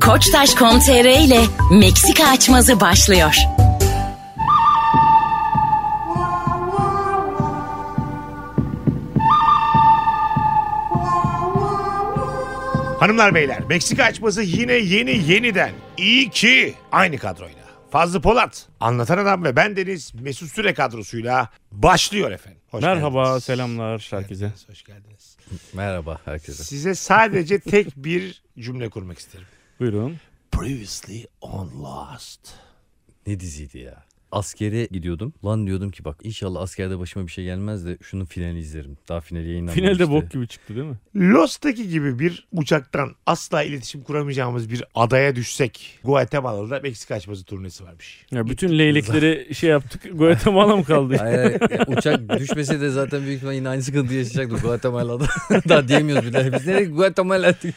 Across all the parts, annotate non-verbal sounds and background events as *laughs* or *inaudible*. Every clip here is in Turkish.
koçtaş.com.tr ile Meksika açmazı başlıyor. Hanımlar beyler Meksika açması yine yeni yeniden. İyi ki aynı kadroyla. Fazlı Polat, Anlatan Adam ve ben Deniz Mesut Süre kadrosuyla başlıyor efendim. Hoş Merhaba, geldiniz. selamlar herkese. Hoş geldiniz. Merhaba herkese. Size sadece tek bir cümle kurmak isterim. Buyurun. Previously on Lost. Ne diziydi ya? Askere gidiyordum. Lan diyordum ki bak inşallah askerde başıma bir şey gelmez de şunun finali izlerim. Daha finali yayınlanmamıştı. Finalde bok gibi çıktı değil mi? Lost'taki gibi bir uçaktan asla iletişim kuramayacağımız bir adaya düşsek Guatemala'da Meksika açması turnesi varmış. *laughs* Ya bütün leylekleri şey yaptık. Guatemala mı kaldı? Hayır, hayır. *laughs* Ya uçak düşmese de zaten büyük ihtimal yine aynı sıkıntı yaşayacaktık Guatemala'da. *laughs* Daha diyemiyoruz bile. Biz nereye Guatemala attık?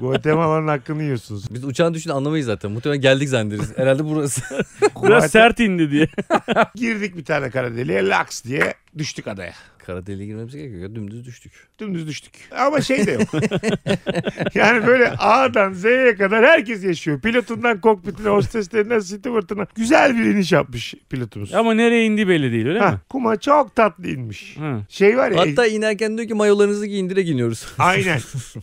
Guatemala'nın hakkını yiyorsunuz. Biz uçağın düşün anlamayız zaten. Muhtemelen geldik zannederiz. Herhalde burası. *laughs* Biraz Guate- sert indi diye. Girdik bir tane kara deliğe laks diye düştük adaya. Kara deliğe girmemize gerek yok. ya, Dümdüz düştük. Dümdüz düştük. Ama şey de yok. *laughs* yani böyle A'dan Z'ye kadar herkes yaşıyor. Pilotundan kokpitine, hosteslerinden stewartına. Güzel bir iniş yapmış pilotumuz. Ama nereye indi belli değil öyle mi? Ha, kuma çok tatlı inmiş. Ha. Şey var ya. Hatta inerken diyor ki mayolarınızı giyin direkt iniyoruz. Aynen.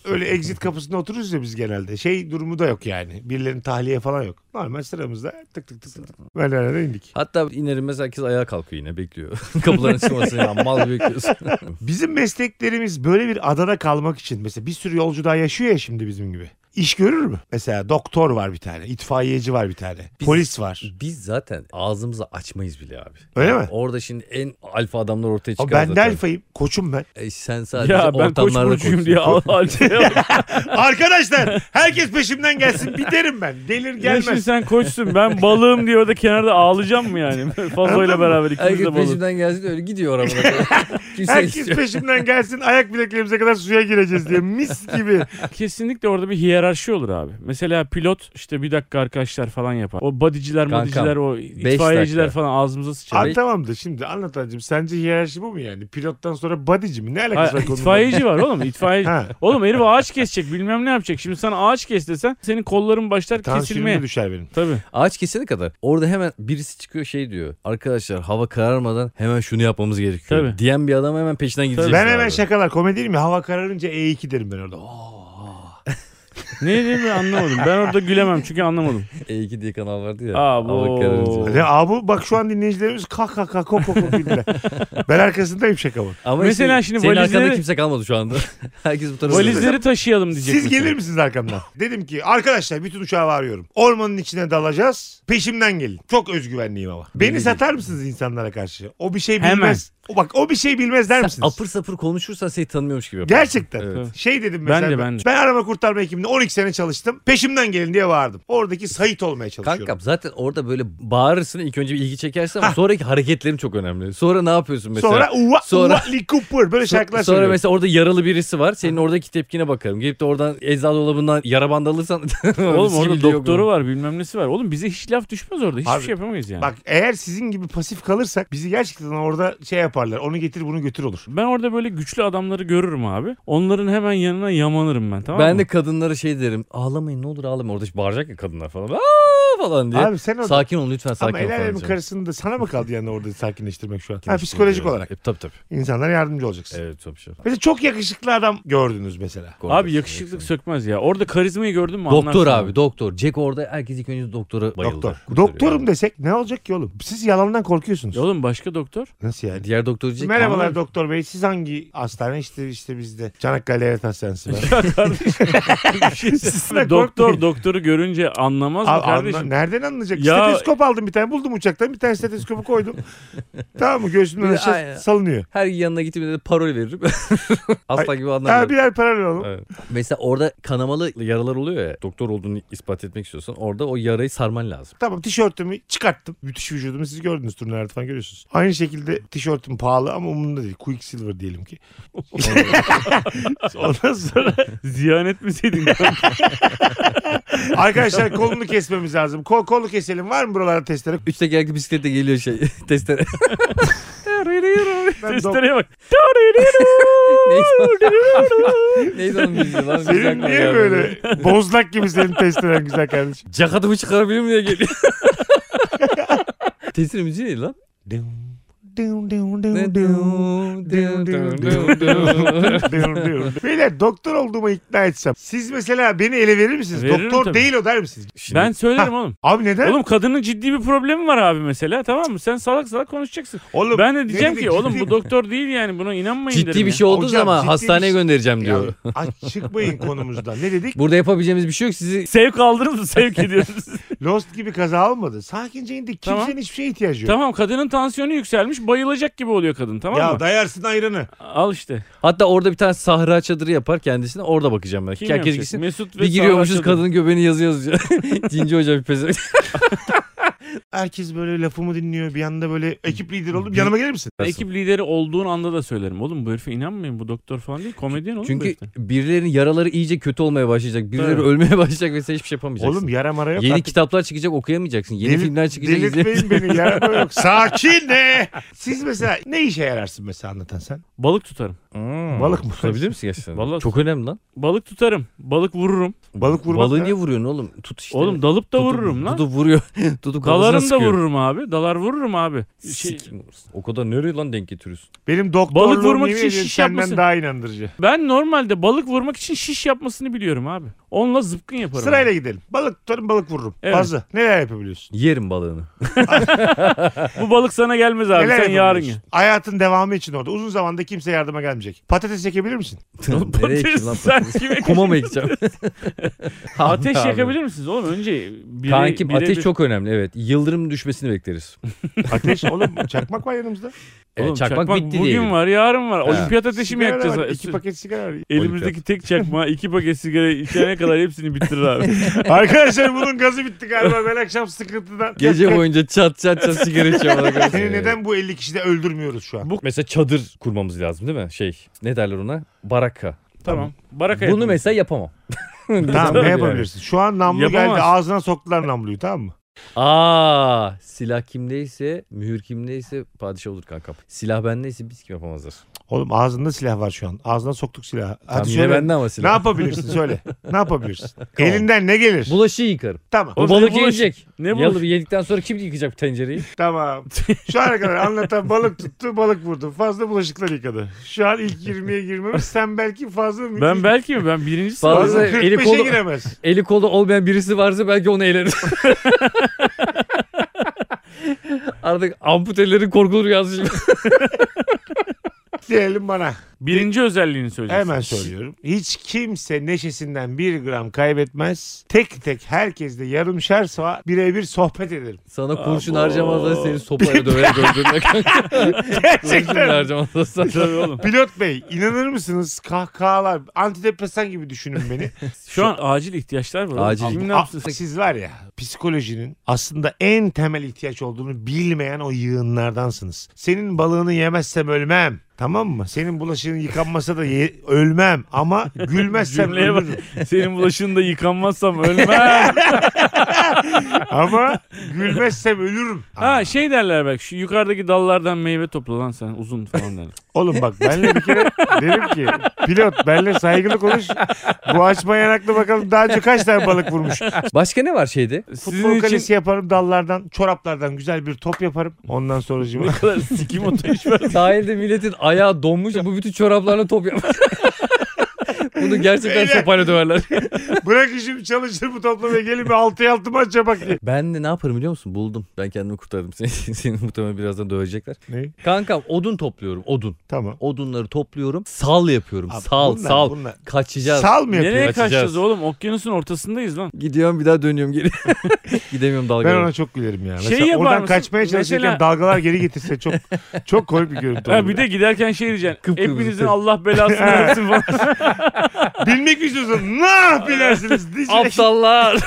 Öyle exit kapısında otururuz ya biz genelde. Şey durumu da yok yani. Birilerinin tahliye falan yok. Normal sıramızda tık tık tık tık. tık. Böyle arada indik. Hatta inerim mesela herkes ayağa kalkıyor yine bekliyor. *laughs* Kapıların açılmasını ya mal gibi bekliyorsun. Bizim mesleklerimiz böyle bir adada kalmak için. Mesela bir sürü yolcu daha yaşıyor ya şimdi bizim gibi. İş görür mü? Mesela doktor var bir tane. itfaiyeci var bir tane. Biz- Polis var. Biz zaten ağzımızı açmayız bile abi. Öyle mi? Orada şimdi en alfa adamlar ortaya Ama çıkar ben de zaten. alfayım. Koçum *laughs* ben. E, sen sadece Ya ben koç ortamlarda burcuyum koçsun. diye al al- şey yap. Arkadaşlar herkes peşimden gelsin. Biterim ben. Delir Ya şimdi gelmez. sen koçsun ben balığım diye orada kenarda ağlayacağım mı yani? Fazoyla beraber ikimiz *laughs* Herkes de balık. peşimden gelsin öyle *laughs* gidiyor arabada. Kimse Herkes şey istiyor. peşimden gelsin. Ayak bileklerimize kadar suya gireceğiz diye. *laughs* Mis gibi. Kesinlikle orada bir hiyerarşi olur abi. Mesela pilot işte bir dakika arkadaşlar falan yapar. O badiciler, Kankam, madiciler, o itfaiyeciler dakika. falan ağzımıza Şey, sıçar. Abi tamam da şimdi anlatacağım. Sence hiyerarşi bu mu yani? Pilottan sonra bodyci mi? Ne alakası Ha, var konunun? itfaiyeci var oğlum itfaiyeci. Ha. Oğlum herif ağaç kesecek bilmem ne yapacak. Şimdi sana ağaç kes desen senin kolların başlar Tansiyonum kesilmeye. düşer benim. Tabii. Ağaç kesene kadar orada hemen birisi çıkıyor şey diyor. Arkadaşlar hava kararmadan hemen şunu yapmamız gerekiyor. Tabii. Diyen bir adam hemen peşinden gideceksin Ben hemen abi. şakalar komediyim ya. Hava kararınca E2 derim ben orada. Oo. Ne dediğimi anlamadım. Ben orada gülemem çünkü anlamadım. E2 E diye kanal vardı ya. Aa, bu- Hava kararınca. Ne abi bak şu an dinleyicilerimiz kah kah kah kok kok kok *laughs* güldüler. ben arkasındayım şakamın. Ama Mesela işte şimdi senin arkanda valizleri- kimse kalmadı şu anda. *laughs* Herkes bu tarafa. Valizleri taşıyalım diyecek. şey Siz mesela. gelir misiniz arkamdan? Dedim ki arkadaşlar bütün uçağı varıyorum. Ormanın içine dalacağız. Peşimden gelin. Çok özgüvenliyim ama. Beni satar mısınız insanlara karşı? O bir şey Hemen. bilmez. O bak o bir şey bilmez der Sen misiniz? apır sapır konuşursan seni tanımıyormuş gibi yaparsın. Gerçekten. Evet. Şey dedim Ben mesela. de, ben de. arama kurtarma ekibinde 12 sene çalıştım. Peşimden gelin diye bağırdım. Oradaki Sait olmaya çalışıyorum. Kankam zaten orada böyle bağırırsın ilk önce bir ilgi çekersin ama sonraki hareketlerin çok önemli. Sonra ne yapıyorsun mesela? Sonra uva Sonra- uva li kupur böyle şarkılar Sonra söylüyorum. mesela orada yaralı birisi var. Senin oradaki tepkine bakarım. Gelip de oradan eczacı dolabından yara bandı alırsan. *laughs* Oğlum orada doktoru var bilmem nesi var. Oğlum bize hiç laf düşmez orada. Hiçbir Abi, şey yapamayız yani. Bak eğer sizin gibi pasif kalırsak bizi gerçekten orada şey yaparlar. Onu getir bunu götür olur. Ben orada böyle güçlü adamları görürüm abi. Onların hemen yanına yamanırım ben tamam ben mı? de kadınlara şey derim. Ağlamayın ne olur ağlamayın. Orada işte bağıracak ya kadınlar falan. Aa falan diye. Abi sen orada. Sakin olun lütfen sakin Ama olun. el falan alemin diyeceğim. karısını da sana mı kaldı yani orada sakinleştirmek şu an? Ha, Sakin psikolojik olun. olarak. E, tabii tabii. İnsanlara yardımcı olacaksın. Evet tabii. tabii. Mesela çok yakışıklı adam gördünüz mesela. Abi yakışıklık sökmez ya. Orada karizmayı gördün mü Doktor anlarsın. abi doktor. Jack orada herkes ilk önce doktora bayıldı. Doktor. Kurtarıyor Doktorum abi. desek ne olacak ki oğlum? Siz yalandan korkuyorsunuz. Ya Oğlum başka doktor? Nasıl yani? Diğer doktor diyecek. ki, Merhabalar "Aman, doktor bey. Siz hangi hastane? İşte işte bizde. Çanakkale Devlet Hastanesi *laughs* var. Ya kardeşim *laughs* bir şey söyleyeyim. doktor doktoru görünce anlamaz mı Al- kardeşim? anla- nereden anlayacak? Ya- Steteskop aldım bir tane. Buldum uçaktan. Bir tane stetoskopu *laughs* koydum. tamam mı? Göğsümden Bir de aşağı aynen. salınıyor. Her yanına gittiğimde de parol veririm. *laughs* Asla gibi anlam Ha, vermem. birer paralel oğlum. Evet. Mesela orada kanamalı yaralar oluyor ya. Doktor olduğunu ispat etmek istiyorsan orada o yarayı sarman lazım. Tamam tişörtümü çıkarttım. Müthiş vücudumu siz gördünüz turnelerde falan görüyorsunuz. Aynı şekilde tişörtüm pahalı ama umurumda değil. Quicksilver diyelim ki. Ondan sonra *laughs* *laughs* Ziyan etmeseydin. *laughs* arkadaşlar kolunu kesmemiz lazım. Kol, kolu keselim. Var mı buralarda testere? *laughs* Üste geldi bisiklete geliyor şey testere. öğretmen dok- Testereye bak. Neydi o? Neydi onun müziği lan? Güzel Senin niye kardeşim. böyle bozlak gibi senin testeren güzel kardeşim. *laughs* Cekatımı çıkarabilir miyim diye *laughs* geliyor. Tesir müziği neydi lan? Dum, dum, dum, dum, Ne- dum. dum, dum, Dum, dum. Beyler doktor olduğuma ikna etsem. Siz mesela beni ele verir misiniz? Veririm doktor tabii. değil o der misiniz? Ben söylerim oğlum. Abi neden? Oğlum kadının ciddi bir problemi var abi mesela tamam mı? Sen salak salak konuşacaksın. Oğlum, ben de ne diyeceğim dedi? ki *laughs* oğlum Ciddi- bu doktor değil yani buna inanmayın Ciddi derim bir ya. şey olduğu Hocam, zaman ciddi hastaneye bir şey- göndereceğim Ya, diyor. aç çıkmayın konumuzdan. Ne dedik? Burada yapabileceğimiz bir şey yok. Sizi Sevk aldınız mı? *laughs* Sevk ediyoruz. Lost gibi kaza olmadı. Sakince indik. Kimsenin Tamam. hiçbir şeye ihtiyacı yok. tamam kadının tansiyonu yükselmiş bayılacak gibi oluyor kadın tamam ya mı? dayarsın ayranı. Al işte. hatta orada bir tane sahra çadırı yapar kendisine. Orada bakacağım ben. Kim Kim yapacak? gitsin. Mesut ve Bir giriyormuşuz Sarhoş kadının göbeğini yazı yazıyor. *laughs* Cinci hoca bir pezevenk. Herkes böyle lafımı dinliyor. Bir anda böyle ekip lideri oldum. Yanıma gelir misin? kadın. Ekip lideri olduğun anda da söylerim. Oğlum bu herife inanmayın bu doktor falan değil komedyen oğlum bu Çünkü herif de. birilerinin yaraları iyice kötü olmaya başlayacak. Birileri Tabii. ölmeye başlayacak ve sen hiçbir şey yapamayacaksın. Oğlum yara mara yok. Yeni Artık kitaplar çıkacak okuyamayacaksın. Yeni delir- filmler çıkacak izleyemeyeceksin. Delirtmeyin beni yara mara *laughs* yok. Sakin ne? Siz mesela ne işe yararsın mesela anlatan sen? Balık tutarım. Balık mı? Hmm. Tutabilir misin gerçekten? Vallahi- Çok önemli lan. Balık tutarım. Balık vururum. Balık vurmak Balığı ne? niye vuruyorsun oğlum? Tut işte. Oğlum dalıp da Tutup- vururum lan. Tutup vuruyor. *laughs* Tutup kafasına Dalarım da sıkıyor. vururum abi. Dalar vururum abi. Şey, Sikim olsun. O kadar nereye lan denk getiriyorsun? Benim doktorluğum Balık vurmak yemin için ediyorum şiş senden yapması. daha inandırıcı. ben normalde balık vurmak için şiş yapmasını biliyorum abi. Onunla zıpkın yaparım. abi. Sırayla gidelim. Balık tutarım balık vururum. Evet. Fazla. Neler yapabiliyorsun? Yerim balığını. Bu balık sana gelmez abi. Neler Sen yarın ye. yapabiliyorsun? Hayatın devamı için orada. Uzun zamanda kimse yardıma gelmeyecek. Patates çekebilir *laughs* misin? *laughs* Nereye ekeyim lan? sen kime *laughs* Kuma *laughs* mı ekeceğim? Ateş Abi. yakabilir misiniz oğlum? Önce biri, Kanki bire ateş bir- çok önemli evet. Yıldırım düşmesini bekleriz. Ateş oğlum çakmak var yanımızda. Evet, Oğlum, çakmak, bitti Bugün diyelim. var yarın var. Olimpiyat ateşi mi Sigara da var. yakacağız? İki paket sigara var. Elimizdeki tek çakma iki paket sigara içene kadar hepsini bitirir abi. *laughs* Arkadaşlar bunun gazı bitti galiba. Ben akşam sıkıntıdan. Gece boyunca çat çat çat sigara *laughs* içiyorum. Seni neden bu 50 kişide öldürmüyoruz şu an? Bu mesela çadır kurmamız lazım değil mi? Şey ne derler ona? Baraka. tamam. Baraka Bunu yapalım. mesela yapamam. *laughs* tamam Tabii ne yani. yapabilirsin? Şu an namlu Yapamaz. geldi. Ağzına soktular namluyu tamam mı? Aa silah kimdeyse, mühür kimdeyse padişah olur kankam. Silah bendeyse biz kim yapamazlar. Oğlum ağzında silah var şu an. Ağzına soktuk silahı. Tam Hadi yine söyle. bende ama Ne silah. yapabilirsin söyle. Ne *laughs* yapabilirsin? Elinden ne gelir? Bulaşığı yıkarım. Tamam. O Oğlum, ne balık bulaşı- yiyecek. Ne bu? Yalı yedikten sonra kim yıkayacak bu tencereyi? Tamam. Şu ana kadar anlatan balık tuttu, balık vurdu. Fazla bulaşıklar yıkadı. Şu an ilk 20'ye girmemiş. Sen belki fazla mı? Ben belki mi? Ben birinci Bazı- sırada. fazla eli 45'e kolu- giremez. Eli kolu olmayan birisi varsa belki onu *laughs* elerim. Artık amputelerin korkulu rüyası şimdi. Diyelim bana. Birinci özelliğini söyleyeceksin. Hemen söylüyorum. Hiç kimse neşesinden bir gram kaybetmez. Tek tek herkesle yarımşar saat birebir sohbet *laughs* ederim. Sana kurşun Abo. harcamazlar seni sopayla döverek öldürmek. kurşun Gerçekten. harcamazlar *laughs* sana. *laughs* Tabii oğlum. Pilot Bey inanır mısınız kahkahalar antidepresan gibi düşünün *laughs* beni. Şu an acil ihtiyaçlar var. oğlum. Acil. Kim ne A- yapsın? siz var ya psikolojinin aslında en temel ihtiyaç olduğunu bilmeyen o yığınlardansınız. Senin balığını yemezsem ölmem. Tamam mı? Senin bulaşığın yıkanmasa da ye- ölmem ama *laughs* gülmezsem Cümleye bak. ölürüm. *laughs* Senin bulaşığında yıkanmazsam ölmem. Ama gülmezsem ölürüm. ha şey derler bak şu yukarıdaki dallardan meyve topla lan sen uzun falan derler. Oğlum bak benle bir kere derim ki pilot benle saygılı konuş. Bu açma yanaklı bakalım daha önce kaç tane balık vurmuş. Başka ne var şeyde? Sizin Futbol için kalesi yaparım dallardan, çoraplardan güzel bir top yaparım. Ondan sonra ne *laughs* kadar sikim oturuş var. Sahilde milletin ayağı donmuş. Bu bütün çoraplarla top yapar. *laughs* Bunu gerçekten Beyler. sopayla döverler. Bırak işimi çalışır bu toplamaya gelin bir altıya altı maç yapak diye. Ben de ne yaparım biliyor musun? Buldum. Ben kendimi kurtardım. *laughs* Seni, seni muhtemelen birazdan dövecekler. Ne? Kankam odun topluyorum. Odun. Tamam. Odunları topluyorum. Sal yapıyorum. Abi sal bunlar- sal. bunlar- Kaçacağız. Sal mı yapıyor? Nereye Kaçacağız. kaçacağız oğlum? Okyanusun ortasındayız lan. Gidiyorum bir daha dönüyorum geri. *laughs* Gidemiyorum Ben dalga. ona çok gülerim ya. Şey Mesela yapar oradan mısın? kaçmaya çalışırken Mesela- dalgalar geri getirse çok çok komik bir *laughs* görüntü olur. Ha, bir de giderken şey diyeceksin. Kıpkırmızı Hepinizin tek. Allah belasını versin falan. Bilmek istiyorsan *laughs* ne bilersiniz diyecek. *laughs* Aptallar.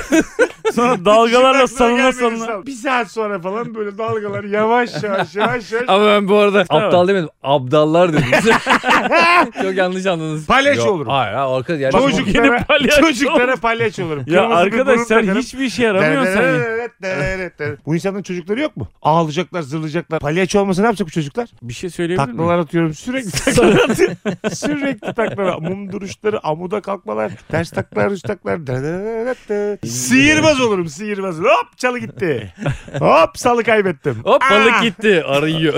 Sonra Aklına dalgalarla salına gelmedi salına. sal. Bir saat sonra falan böyle dalgalar yavaş yavaş yavaş yavaş. Ama ben bu arada Tamam. aptal demedim. Abdallar dedim. *laughs* çok yanlış anladınız. Palyaço Yok, olurum. Hayır ha arkada yer. Bak, bu yine Çocuklara, palyaço. çocuklara palyaço olurum. Ya Kırmızı bir arkadaş burun sen takarım. hiçbir işe yaramıyorsun sen. ya. *laughs* Bu insanların çocukları yok mu? Ağlayacaklar, zırlayacaklar. Palyaço olmasa ne yapacak bu çocuklar? Bir şey söyleyebilir miyim? Taklalar atıyorum sürekli taklalar atıyorum. sürekli taklalar. Mum duruşları, amuda kalkmalar, ters taklalar, üst taklalar. Dadadadadada. Sihirbaz olurum sihirbaz. Hop çalı gitti. Hop salı kaybettim. Hop Aa! balık gitti. Arıyor.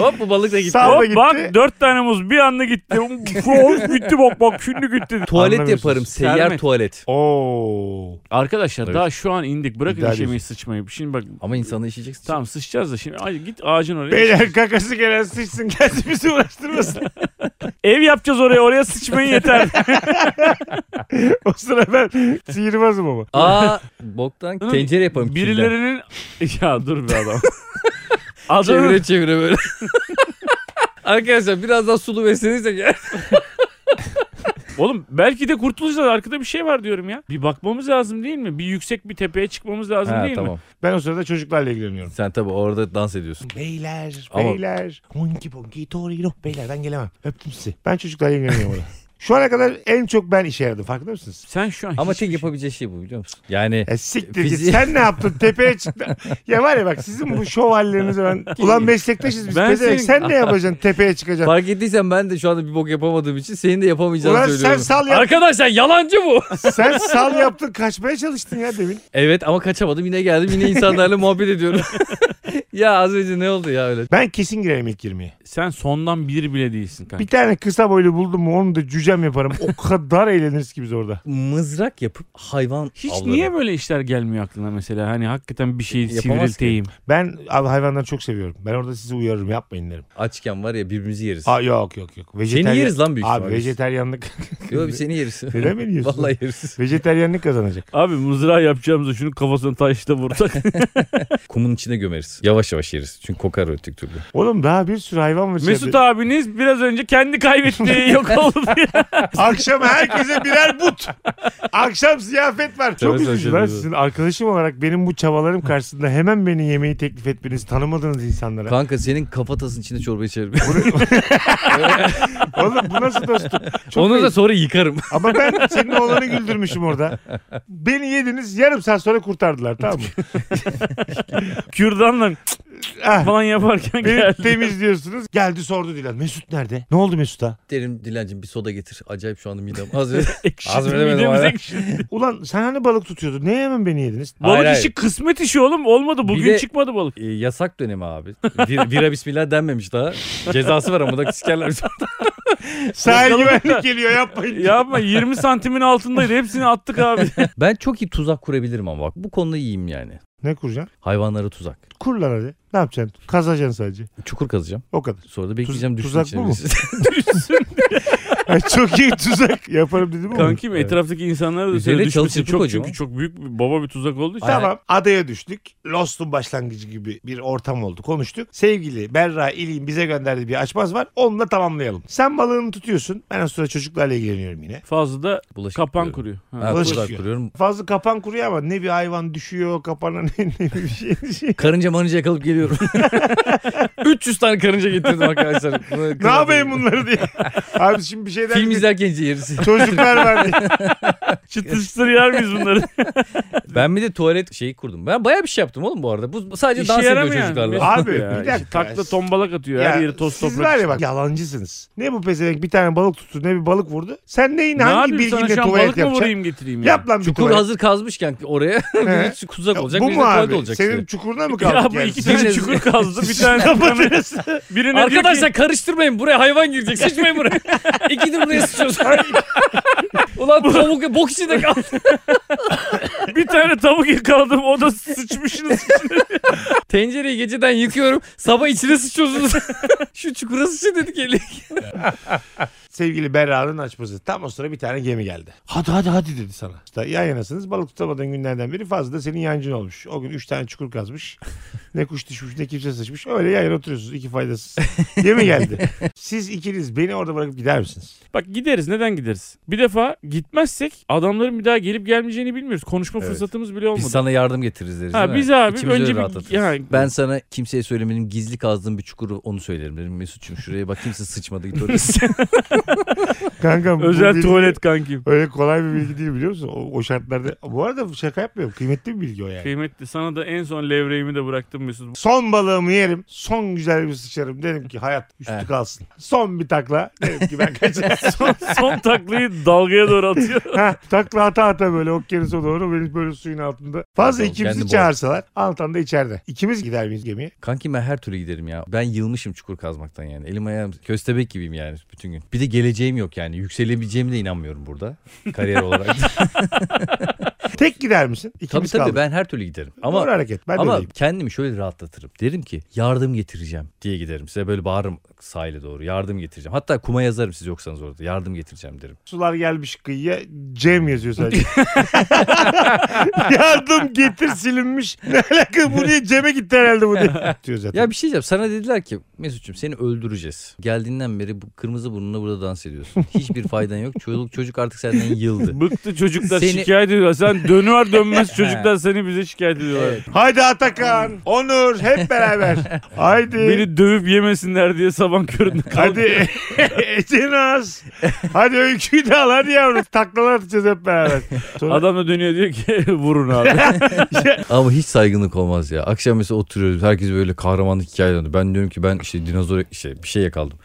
Hop bu balık da gitti. Sağ ol. Hop gitti. bak dört tane muz bir anda gitti. Hop gitti bak bak şimdi gitti. Tuvalet Anlamıyorsunuz. yaparım. Seyyar Sermet. tuvalet. Oo. Arkadaşlar Evet. daha şu an indik. Bırakın İdeal işemeyi sıçmayı. Şimdi bak Ama insanı işeyeceksin. tamam sıçacağız da şimdi Ay, git ağacın oraya. Beyler kakası gelen sıçsın kendimizi uğraştırmasın. Ev yapacağız oraya oraya sıçmayın *laughs* yeter. o sıra ben sihirbazım ama. Aa *laughs* boktan tencere yaparım. *laughs* Birileri Birilerinin *laughs* ya dur be *laughs* adam. Adamın çevire çevire böyle. *laughs* Arkadaşlar biraz daha sulu beslenirsek ya. Oğlum belki de kurtulacağız arkada bir şey var diyorum ya. Bir bakmamız lazım değil mi? Bir yüksek bir tepeye çıkmamız lazım Ha, değil mi? tamam. Ben o sırada çocuklarla ilgileniyorum. Sen tabii orada dans ediyorsun. Beyler, Ama- beyler. Honki ponki torino. Beyler ben gelemem. Öptüm sizi. Ben çocuklarla ilgileniyorum orada. Şu ana kadar en çok ben işe yaradım. Farkında mısınız? Sen şu an Ama hiç- tek yapabileceği şey bu biliyor musun? Yani E siktir Fiziği- git. Sen ne yaptın? Tepeye çıktın. ya var ya bak sizin bu şov hallerinizi ben... *laughs* Ulan meslektaşız biz. Ben pezevenk. senin- Sen ne yapacaksın? Tepeye çıkacaksın. fark ettiysen ben de şu anda bir bok yapamadığım için senin de yapamayacağını Ulan sen söylüyorum. sal, yap, Arkadaşlar yalancı bu. sen sal yaptın. Kaçmaya çalıştın ya demin. evet ama kaçamadım yine geldim yine *laughs* insanlarla muhabbet ediyorum. ya az önce ne oldu ya öyle? Ben kesin girerim ilk 20'ye. *laughs* sen sondan bir bile değilsin kanka. Bir tane kısa boylu buldum mu onu da cücem yaparım. *laughs* O kadar eğleniriz ki biz orada. Mızrak yapıp hayvan Hiç avları. niye böyle işler gelmiyor aklına mesela? Hani hakikaten bir şey Yapamaz ki. sivrilteyim. Ben abi hayvanları çok seviyorum. Ben orada sizi uyarırım yapmayın derim. Açken var ya birbirimizi yeriz. Aa, yok yok yok. Seni yeriz lan büyük Abi ihtimalle. *laughs* vejeteryanlık. Yok bir seni yeriz. *laughs* Neden beni yiyorsun? Vallahi yeriz. vejeteryanlık kazanacak. Abi mızrağı yapacağımızda şunun kafasını taşla *laughs* vursak. Şey Kumun içine gömeriz. Yavaş yavaş yeriz. Çünkü kokar ötük türlü. Oğlum daha bir sürü hayvan var. Mesut abiniz biraz önce kendi kaybetti *laughs* yok oldu diye. Akşam herkese birer but. Akşam ziyafet var. Çok Evet, üzücü evet, lan evet. sizin arkadaşım olarak benim bu çabalarım karşısında hemen beni yemeği teklif etmeniz tanımadığınız insanlara. Kanka senin kafatasının içine çorba içerim. Oğlum bu nasıl *laughs* dostum? Çok *laughs* Onu iyi. da sonra yıkarım. Ama ben senin oğlanı güldürmüşüm orada. Beni yediniz yarım saat sonra kurtardılar tamam mı? Kürdanla Ah, falan *laughs* Beni yaparken geldi. temizliyorsunuz. Geldi sordu Dilan. Mesut nerede? Ne oldu Mesut'a? *laughs* Derim Dilancım bir soda getir. Acayip şu anda midem az önce. Ekşidi Hazmedemedim midemiz hala. ekşidi. Ulan sen hani balık tutuyordun? Ne hemen beni yediniz? Hayır, Balık hayır. işi kısmet işi oğlum olmadı. Bugün de- çıkmadı balık. *laughs* E, yasak dönemi abi. Bir, bira bismillah denmemiş daha. Cezası var ama da sikerler. Sahil güvenlik geliyor yapmayın. Yapma 20 santimin altındaydı. Hepsini attık *laughs* abi. ben çok iyi tuzak kurabilirim ama bak bu konuda iyiyim yani. Ne kuracaksın? Hayvanlara tuzak. Kur lan hadi. Ne yapacaksın? Kazacaksın sadece. Çukur kazacağım. O kadar. Sonra da bekleyeceğim düşsün tuzak içine bu mu? birisi. Ay, çok iyi tuzak yaparım dedim ama. Kankim etraftaki insanlara da Üzerine söyle düşmesin. çalışıp Çok, kocaman. çünkü çok büyük bir baba bir tuzak olduğu için. Tamam adaya düştük. Lost'un başlangıcı gibi bir ortam oldu. Konuştuk. Sevgili Berra İli'nin bize gönderdiği bir açmaz var. Onunla tamamlayalım. Sen balığını tutuyorsun. Ben o sırada çocuklarla ilgileniyorum yine. Fazla da *laughs* Bulaşık kapan kuruyorum. kuruyor. Ha. Ha, Bulaşık tuzak yiyor. kuruyorum. Fazla kapan kuruyor ama ne bir hayvan düşüyor kapana *laughs* ne, ne bir şey düşüyor. Karınca manınca *laughs* yakalıp geliyorum. 300 tane karınca getirdim arkadaşlar. Bunu ne kızartayım. yapayım bunları diye. Abi şimdi bir şeyden Film izlerken yeriz. çocuklar var *laughs* diye. Çıtır çıtır yer miyiz *laughs* bunları? Ben bir de tuvalet şeyi kurdum. Ben bayağı bir şey yaptım oğlum bu arada. Bu sadece İşe dans ediyor yaramıyor yani. çocuklarla. Abi, Ya, bir dakika. Takla tombalak atıyor. Her Ya, yeri toz Siz toprak. var ya bak yalancısınız. Ne bu pezevenk bir tane balık tuttu ne bir balık vurdu. Sen neyin ne hangi yapayım sana bilginle şu an tuvalet balık mı yapacaksın? vurayım getireyim ya? Yap lan bir Çukur tuvalet. hazır kazmışken oraya *laughs* He. bir kuzak olacak. bu bir de mu tuvalet abi? olacak Senin işte. çukuruna mı kaldık? *laughs* Ya bu yani? iki tane Biriniz- çukur kazdı. *laughs* Bir tane Kapatırız. birine diyor Arkadaşlar ki karıştırmayın buraya hayvan girecek. Sıçmayın buraya. *laughs* İkidir buraya sıçıyorsun. Ulan tavuk bok içinde kaldı. bir tane tavuk yakaladım. O da sıçmışsınız. Tencereyi geceden yıkıyorum. Sabah içine *laughs* sıçıyorsunuz. Şu çukura sıçın dedik eli. Sevgili Berra'nın açması. Tam o sıra bir tane gemi geldi. *laughs* Hadi hadi hadi dedi sana. İşte yan yanasınız. Balık tutamadığın günlerden beri fazla da senin yancın olmuş. O gün üç tane çukur kazmış. ne kuş düşmüş ne kimse sıçmış. Öyle yan yana oturuyorsunuz. iki faydasız. gemi *laughs* geldi. Siz ikiniz beni orada bırakıp gider misiniz? Bak gideriz. Neden gideriz? Bir defa gitmezsek adamların bir daha gelip gelmeyeceğini bilmiyoruz. Konuşma Evet. fırsatımız bile olmadı. Biz sana yardım getiririz deriz Ha, değil mi? biz abi İkimiz önce öyle bir- rahatlatırız. yani- Ben sana *laughs* kimseye söylemedim gizli kazdığım bir çukuru onu söylerim derim. Mesut'cum şuraya bak kimse sıçmadı git oraya. Kankam bu Özel bilgi tuvalet kankim. Öyle kolay bir bilgi değil biliyor musun? O, o şartlarda. Bu arada şaka yapmıyorum. Kıymetli bir bilgi o yani. Kıymetli sana da en son levreğimi de bıraktım Mesut. *laughs* Son balığımı yerim. Son güzel bir sıçarım. Derim ki hayat üstü Evet. kalsın. Son bir takla. Derim ki ben kaçarım. *laughs* Son, son taklayı dalgaya doğru atıyor. Ha, takla ata ata böyle okyanusa doğru beni böyle suyun altında. Fazla Kendi ikimizi boğaz. çağırsalar Altan da içeride. İkimiz gider miyiz gemiye? Kanki ben her türlü giderim ya. Ben yılmışım çukur kazmaktan yani. Elim ayağım köstebek gibiyim yani bütün gün. Bir de geleceğim yok yani. Yükselebileceğime de inanmıyorum burada. Kariyer olarak. Tek gider misin? tabii İkimiz tabii kaldık. ben her türlü giderim. Ama Doğru hareket. Ben de ama öyleyim. kendimi şöyle rahatlatırım. Derim ki yardım getireceğim diye giderim. Size böyle bağırırım sahile doğru. Yardım getireceğim. Hatta kuma yazarım siz yoksanız orada. Yardım getireceğim derim. Sular gelmiş kıyıya Cem yazıyor *laughs* sadece. *laughs* Yardım getir silinmiş. Ne alaka bu niye Cem'e gitti herhalde bu *laughs* diye. Diyor zaten. Ya bir şey diyeceğim. Sana dediler ki Mesut'cum seni öldüreceğiz. Geldiğinden beri bu kırmızı burnuna burada *laughs* dans ediyorsun. Hiçbir faydan yok. Çocuk çocuk artık senden yıldı. *laughs* Bıktı çocuklar Seni- şikayet ediyorlar. Sen *laughs* dönüver dönmez çocuklar seni bize şikayet ediyorlar. Haydi Atakan, Onur hep beraber. Haydi. Beni dövüp yemesinler diye sabah köründe kaldı. Hadi *laughs* Ecenaz. Hadi öyküyü de al hadi yavrum. Taklalar atacağız hep beraber. Sonra Adam da dönüyor diyor ki *laughs* vurun *laughs* abi. Ama hiç saygınlık olmaz ya. Akşam mesela oturuyoruz. Herkes böyle kahramanlık hikayelerinde. Ben diyorum ki ben işte dinozor şey bir şey yakaladım.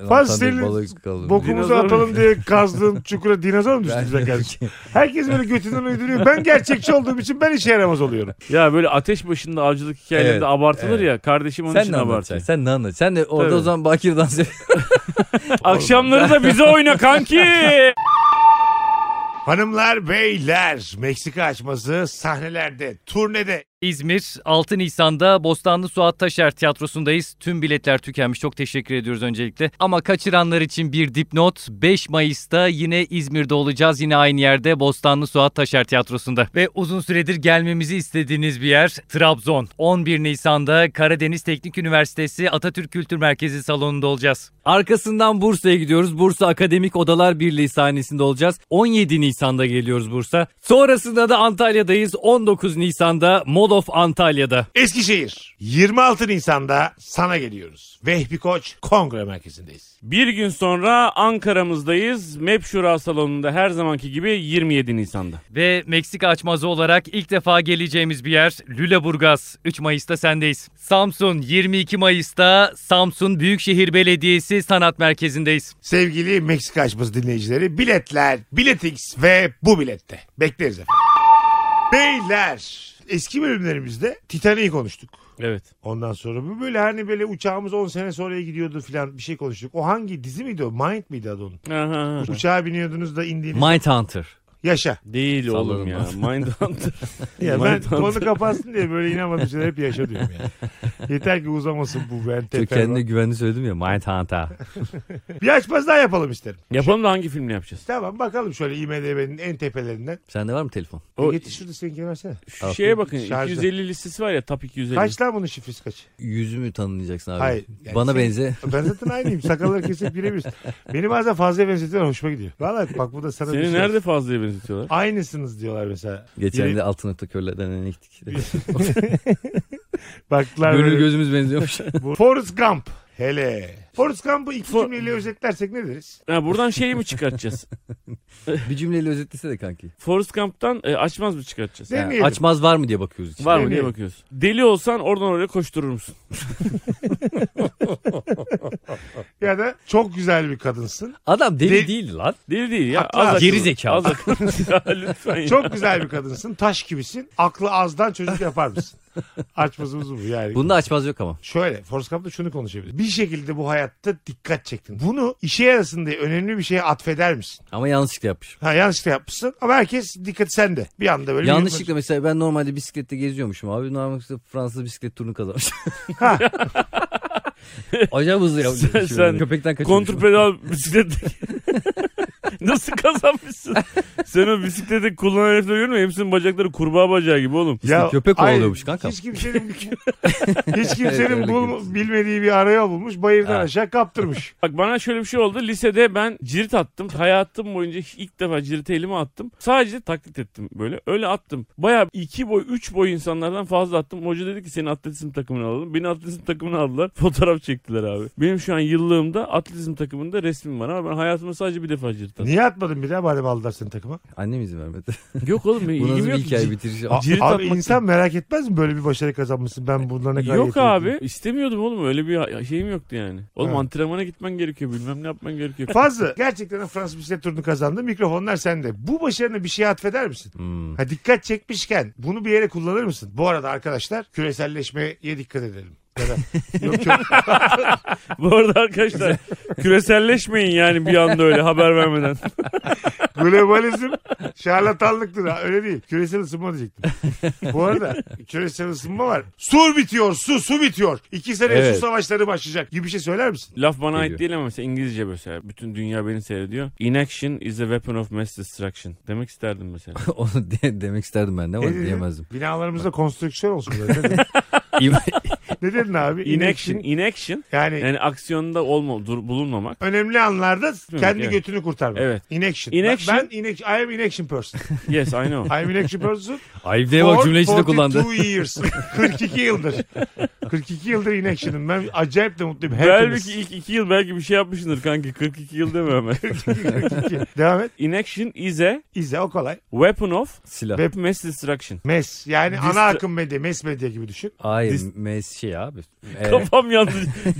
Anlatan senin bir balık yakaladım. bokumuzu Dinozor atalım diye kazdığın çukura dinozor mu düştü Ben bize diyorum kardeşim? ki, Herkes böyle götünden uyduruyor. Ben gerçekçi olduğum için ben işe yaramaz oluyorum. ya böyle ateş başında avcılık hikayeleri Evet, de abartılır evet. ya. Kardeşim onun sen için ne abartıyor. anlatacaksın? Sen ne anlatacaksın? Sen de orada Tabii. o zaman Bakir dans ediyor. Akşamları da *laughs* bize oyna kanki. Hanımlar, beyler, Meksika açması sahnelerde, turnede. İzmir 6 Nisan'da Bostanlı Suat Taşer Tiyatrosu'ndayız. Tüm biletler tükenmiş. Çok teşekkür ediyoruz öncelikle. Ama kaçıranlar için bir dipnot. 5 Mayıs'ta yine İzmir'de olacağız. Yine aynı yerde Bostanlı Suat Taşer Tiyatrosu'nda. Ve uzun süredir gelmemizi istediğiniz bir yer Trabzon. 11 Nisan'da Karadeniz Teknik Üniversitesi Atatürk Kültür Merkezi salonunda olacağız. Arkasından Bursa'ya gidiyoruz. Bursa Akademik Odalar Birliği sahnesinde olacağız. 17 Nisan'da geliyoruz Bursa. Sonrasında da Antalya'dayız. 19 Nisan'da Mall of Antalya'da. Eskişehir, 26 Nisan'da sana geliyoruz. Vehbi Koç Kongre Merkezi'ndeyiz. Bir gün sonra Ankara'mızdayız. MEP Şura Salonu'nda her zamanki gibi 27 Nisan'da. Ve Meksika açmazı olarak ilk defa geleceğimiz bir yer Lüleburgaz. 3 Mayıs'ta sendeyiz. Samsun 22 Mayıs'ta Samsun Büyükşehir Belediyesi Sanat Merkezi'ndeyiz. Sevgili Meksika açması dinleyicileri, biletler, biletix ve bu bilette. Bekleriz efendim. Beyler, eski bölümlerimizde Titanic'i konuştuk. Evet. Ondan sonra bu böyle hani böyle uçağımız 10 sene sonraya gidiyordu filan bir şey konuştuk. O hangi dizi miydi o? Mind miydi adı onun? Aha. Uçağa biniyordunuz da indiğiniz. Mindhunter. Yaşa. Değil oğlum Salladım ya. Mindhunter. Ya ben Mindhunter. konu kapatsın diye böyle inanmadığım şeyler hep yaşa diyorum *laughs* yani. Yeter ki uzamasın bu ben Kendine teferruat. güvenli söyledim ya. Mindhunter. Bir açmaz daha yapalım isterim. Yapalım da hangi filmi yapacağız? Tamam bakalım şöyle IMDB'nin en tepelerinden. *laughs* E, Sende var mı telefon? O- Getir şurada seninkini versene. Şu Tamam. şeye bakın. Şarjda. 250 listesi var ya Top 250. Kaç lan bunun şifresi kaç? Yüzümü tanıyacaksın abi. Hayır, yani Bana sen- benze. Ben zaten aynıyım. Sakalları kesip birebiriz. Beni bazen fazla benzetiyorlar hoşuma gidiyor. Vallahi bak bu da sana bir Seni şey. nerede *laughs* fazlaya benzetiyorlar? Aynısınız diyorlar mesela. Geçen Yine- de altın nokta körlerden en ektik. Baktılar böyle- Gönül gözümüz benziyormuş. Bu Forrest Gump. Hele. Forrest Gump'ı iki cümleyle özetlersek ne deriz? Ha, buradan şeyi mi çıkartacağız? bir cümleyle özetlesene kanki. Forrest Gump'tan e, açmaz mı çıkartacağız? Ha, Demeyelim. açmaz var mı diye bakıyoruz. içine. Var mı diye Demeyelim. bakıyorsun. Deli olsan oradan oraya koşturur musun? Ya da çok güzel bir kadınsın. Adam deli Deli- değil lan. Deli değil ya. Haklı abi. akıllı. Geri zekalı. Az akıllı. *laughs* Ya Lütfen ya. Çok güzel bir kadınsın. Taş gibisin. Aklı azdan çocuk yapar *laughs* mısın? Açmazımız bu yani. Bunda açmaz yok ama. Şöyle Forrest Gump'ta şunu konuşabilir. Bir şekilde bu hayatta dikkat çektin. Bunu işe yarasın diye önemli bir şeye atfeder misin? Ama yanlışlıkla yapmış. Ha, yanlışlıkla yapmışsın ama herkes dikkati sende. Bir anda böyle. bir- Yanlışlıkla mesela ben normalde bisiklette geziyormuşum abi. Normalde Fransız bisiklet turunu kazanmış. Acayip hızlı Sen- yapmış. sen Köpekten *laughs* kaçıyormuş. Kontrpedal bisiklet. Nasıl kazanmışsın? Sen o bisiklete kullanan herifleri görmüyor musun? Hepsinin bacakları kurbağa bacağı gibi oğlum. Ya, köpek ay, kovalıyormuş kankam. Hiç *laughs* kimsenin, hiç Evet, kimsenin öyle bul- görüyorsun. bilmediği bir araya bulmuş. Bayırdan aşağı kaptırmış. Bak bana şöyle bir şey oldu. Lisede ben cirit attım. Hayatım boyunca ilk defa ciriti elime attım. Sadece taklit ettim böyle. Öyle attım. Bayağı iki boy, üç boy insanlardan fazla attım. Hoca dedi ki senin atletizm takımına alalım. Beni atletizm takımına aldılar. *laughs* Fotoğraf çektiler abi. Benim şu an yıllığımda atletizm takımında resmim var ama ben hayatımda sadece bir defa cirit attım. Niye atmadın bir daha madem aldılar seni takıma? Annem izin vermedi. *laughs* yok oğlum benim Bu nasıl ilgim bir yok. hikaye ki. bitiriş? A- Cirit abi atmak- insan merak etmez mi böyle bir başarı kazanmışsın? Ben bunlara ne kadar Yok yetenekliyim? abi istemiyordum oğlum öyle bir şeyim yoktu yani. Oğlum Ha. antrenmana gitmen gerekiyor bilmem ne yapman *laughs* gerekiyor. Fazlı gerçekten de Fransız bisiklet turunu kazandı. Mikrofonlar sende. Bu başarına bir şey atfeder misin? Hmm. Ha, dikkat çekmişken bunu bir yere kullanır mısın? Bu arada arkadaşlar küreselleşmeye dikkat edelim. Ya da- yok çok Bu arada arkadaşlar küreselleşmeyin yani bir anda öyle haber *laughs* vermeden. globalizm şarlatanlıktır. Ha, Öyle değil. Küresel ısınma diyecektim. Bu arada küresel ısınma var. Su bitiyor su su bitiyor. İki sene Evet. su savaşları başlayacak gibi bir şey söyler misin? Laf bana ait Geliyor. değil ama mesela İngilizce mesela. Bütün dünya beni seyrediyor. Inaction is a weapon of mass destruction. Demek isterdim mesela. *laughs* Onu de- demek isterdim ben de ama Ne dedin? diyemezdim. Binalarımızda konstrüksiyon olsun. böyle. Ne *laughs* dedin, *laughs* ne dedin abi? Inaction, inaction Yani yani aksiyonda olma, dur, bulunmamak. önemli anlarda kendi evet. götünü kurtarmak. Evet. Inaction. Inaction. Ben, ben inac- I am inaction person. Yes I know. I am inaction *laughs* person. Ayıp diye bak for cümle içinde kullandı. 42 years. 42 yıldır. 42 yıldır inaction'ım. Ben acayip de mutluyum. *laughs* belki Hepimiz. ilk iki yıl belki bir şey yapmışsındır kanki. 42 yıl deme hemen. 42. Devam et. Inaction is a İzle o kolay. weapon of *laughs* Silah. Ve- mass destruction. Mes yani Distra- ana akım medya, mes medya gibi düşün. Hayır Dis- mes şey *laughs* abi. Ee, Kafam yandı.